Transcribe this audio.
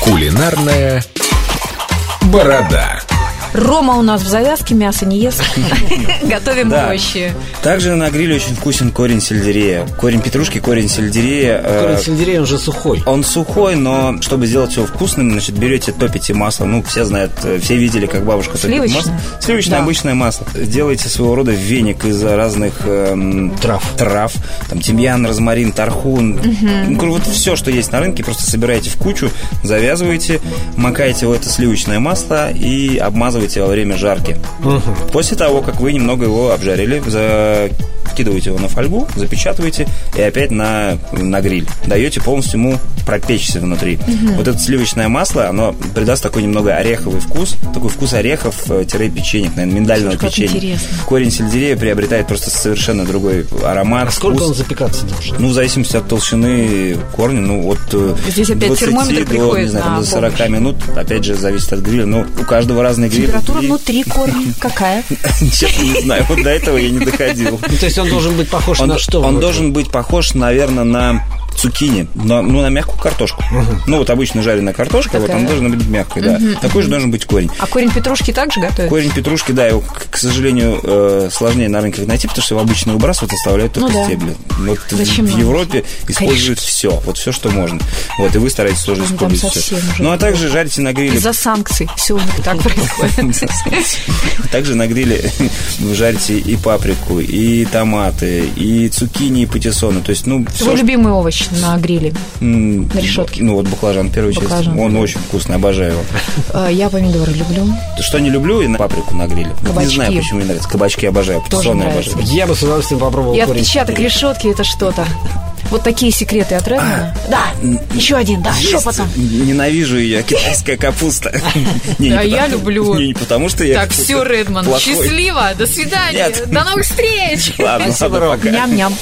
Кулинарная борода. Рома у нас в завязке, мясо не ест. Готовим Да. овощи. Также на гриле очень вкусен корень сельдерея. Корень петрушки, корень сельдерея. э, Корень сельдерея, он же сухой. Он сухой, но чтобы сделать его вкусным, значит, берете, топите масло. Ну, все знают, э, все видели, как бабушка топит Сливочное? масло. Сливочное Да. обычное масло. Делаете своего рода веник из разных эм, Трав. трав. Там тимьян, розмарин, тархун. Ну, короче, вот все, что есть на рынке, просто собираете в кучу, завязываете, макаете в это сливочное масло и обмазываете во время жарки. После того, как вы немного его обжарили, закидываете его на фольгу, запечатываете и опять на, на гриль. Даете полностью ему пропечься внутри. Вот это сливочное масло, оно придаст такой немного ореховый вкус, такой вкус орехов-печенек, наверное, миндального Слушай, как печенья. интересно. Корень сельдерея приобретает просто совершенно другой аромат. А сколько вкус. он запекаться должен? Ну, в зависимости от толщины корня, ну, от э, Здесь опять 20 термометр до, не приходит знаю, на там, до 40 помощь. минут. Опять же, зависит от гриля. Ну, у каждого разный гриль. Температура И- внутри корня какая? Честно, не знаю. Вот до этого я не доходил. Ну, то есть он должен быть похож Он, на что? он внутри? должен быть похож, наверное, на цукини, на- ну, на мягкую картошку. Ну, вот обычно жареная картошка, вот Такая. она должна быть мягкой, да. Такой же должен быть корень. А корень петрушки также готовят? Корень петрушки, да, его, к к сожалению, э, сложнее на рынках найти, потому что его обычно выбрасывают, оставляют только Ну да. стебли. Вот в- Зачем в нам? Европе используют все, вот все, что можно. Вот, и вы стараетесь тоже Там использовать все. совсем уже Ну, а также жарите на гриле Из-за санкций все у них так происходит. Также на гриле вы жарите и паприку, и томаты, и цукини, и патиссоны. То есть, ну, все, Твой любимый овощ на гриле? на на решётке. Ну, вот баклажан, первая Баклажан. часть. Он очень вкусный, обожаю его. Э, Я помидоры люблю. Что не люблю, и на паприку на гриле. Вот Кабачки. Не знаю, почему не нравится. Кабачки обожаю, патиссоны нравится. обожаю. Я бы с удовольствием попробовал И корень отпечаток сельдерея. решетки это что-то. Вот такие секреты от Редмана. Да, еще один, да, еще А. Есть. потом. Ненавижу ее, китайская капуста. Не, не А я потому- люблю. Не, не потому что я... Так, какой-то все, Редман, плохой. счастливо, до свидания, Нет. до новых встреч. Ладно, ладно, пока. Ням-ням.